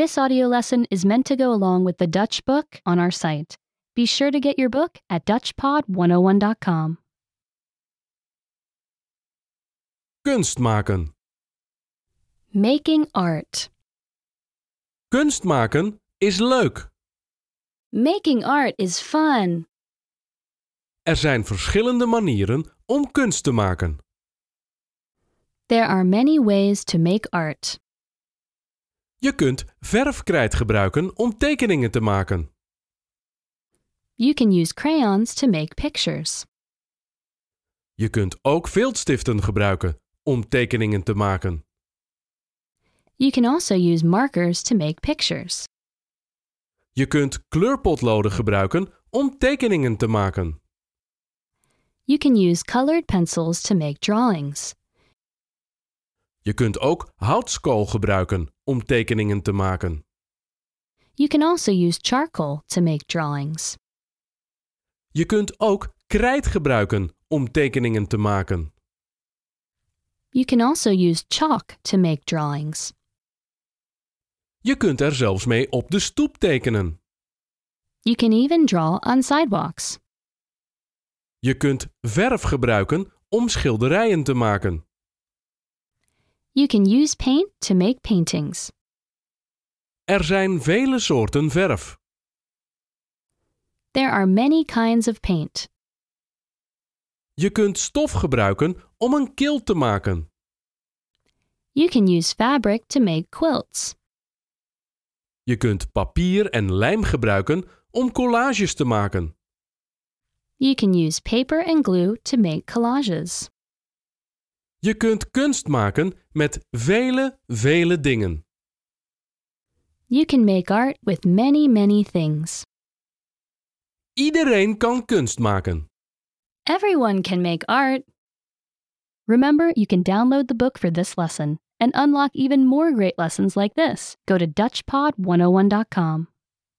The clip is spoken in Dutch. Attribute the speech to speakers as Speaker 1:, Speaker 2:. Speaker 1: This audio lesson is meant to go along with the Dutch book on our site. Be sure to get your book at DutchPod101.com.
Speaker 2: Kunst maken.
Speaker 1: Making art.
Speaker 2: Kunst maken is leuk.
Speaker 1: Making art is fun.
Speaker 2: Er zijn verschillende manieren om kunst te maken.
Speaker 1: There are many ways to make art.
Speaker 2: Je kunt verfkrijt gebruiken om tekeningen te maken.
Speaker 1: You can use crayons to make pictures.
Speaker 2: Je kunt ook viltstiften gebruiken om tekeningen te maken.
Speaker 1: You can also use markers to make pictures.
Speaker 2: Je kunt kleurpotloden gebruiken om tekeningen te maken.
Speaker 1: You can use colored pencils to make drawings.
Speaker 2: Je kunt ook houtskool gebruiken om tekeningen te maken.
Speaker 1: You can also use charcoal to make drawings.
Speaker 2: Je kunt ook krijt gebruiken om tekeningen te maken.
Speaker 1: You can also use chalk to make drawings.
Speaker 2: Je kunt er zelfs mee op de stoep tekenen.
Speaker 1: You can even draw on sidewalks.
Speaker 2: Je kunt verf gebruiken om schilderijen te maken.
Speaker 1: You can use paint to make paintings.
Speaker 2: Er zijn vele soorten verf.
Speaker 1: There are many kinds of paint.
Speaker 2: Je kunt stof gebruiken om een kilt te maken.
Speaker 1: You can use fabric to make quilts.
Speaker 2: Je kunt papier en lijm gebruiken om collages te maken.
Speaker 1: You can use paper and glue to make collages.
Speaker 2: Je kunt kunst maken met vele, vele dingen.
Speaker 1: You can make art with many, many things.
Speaker 2: Iedereen kan kunst maken.
Speaker 1: Everyone can make art. Remember, you can download the book for this oh lesson and unlock even more great lessons like this. Go to DutchPod101.com.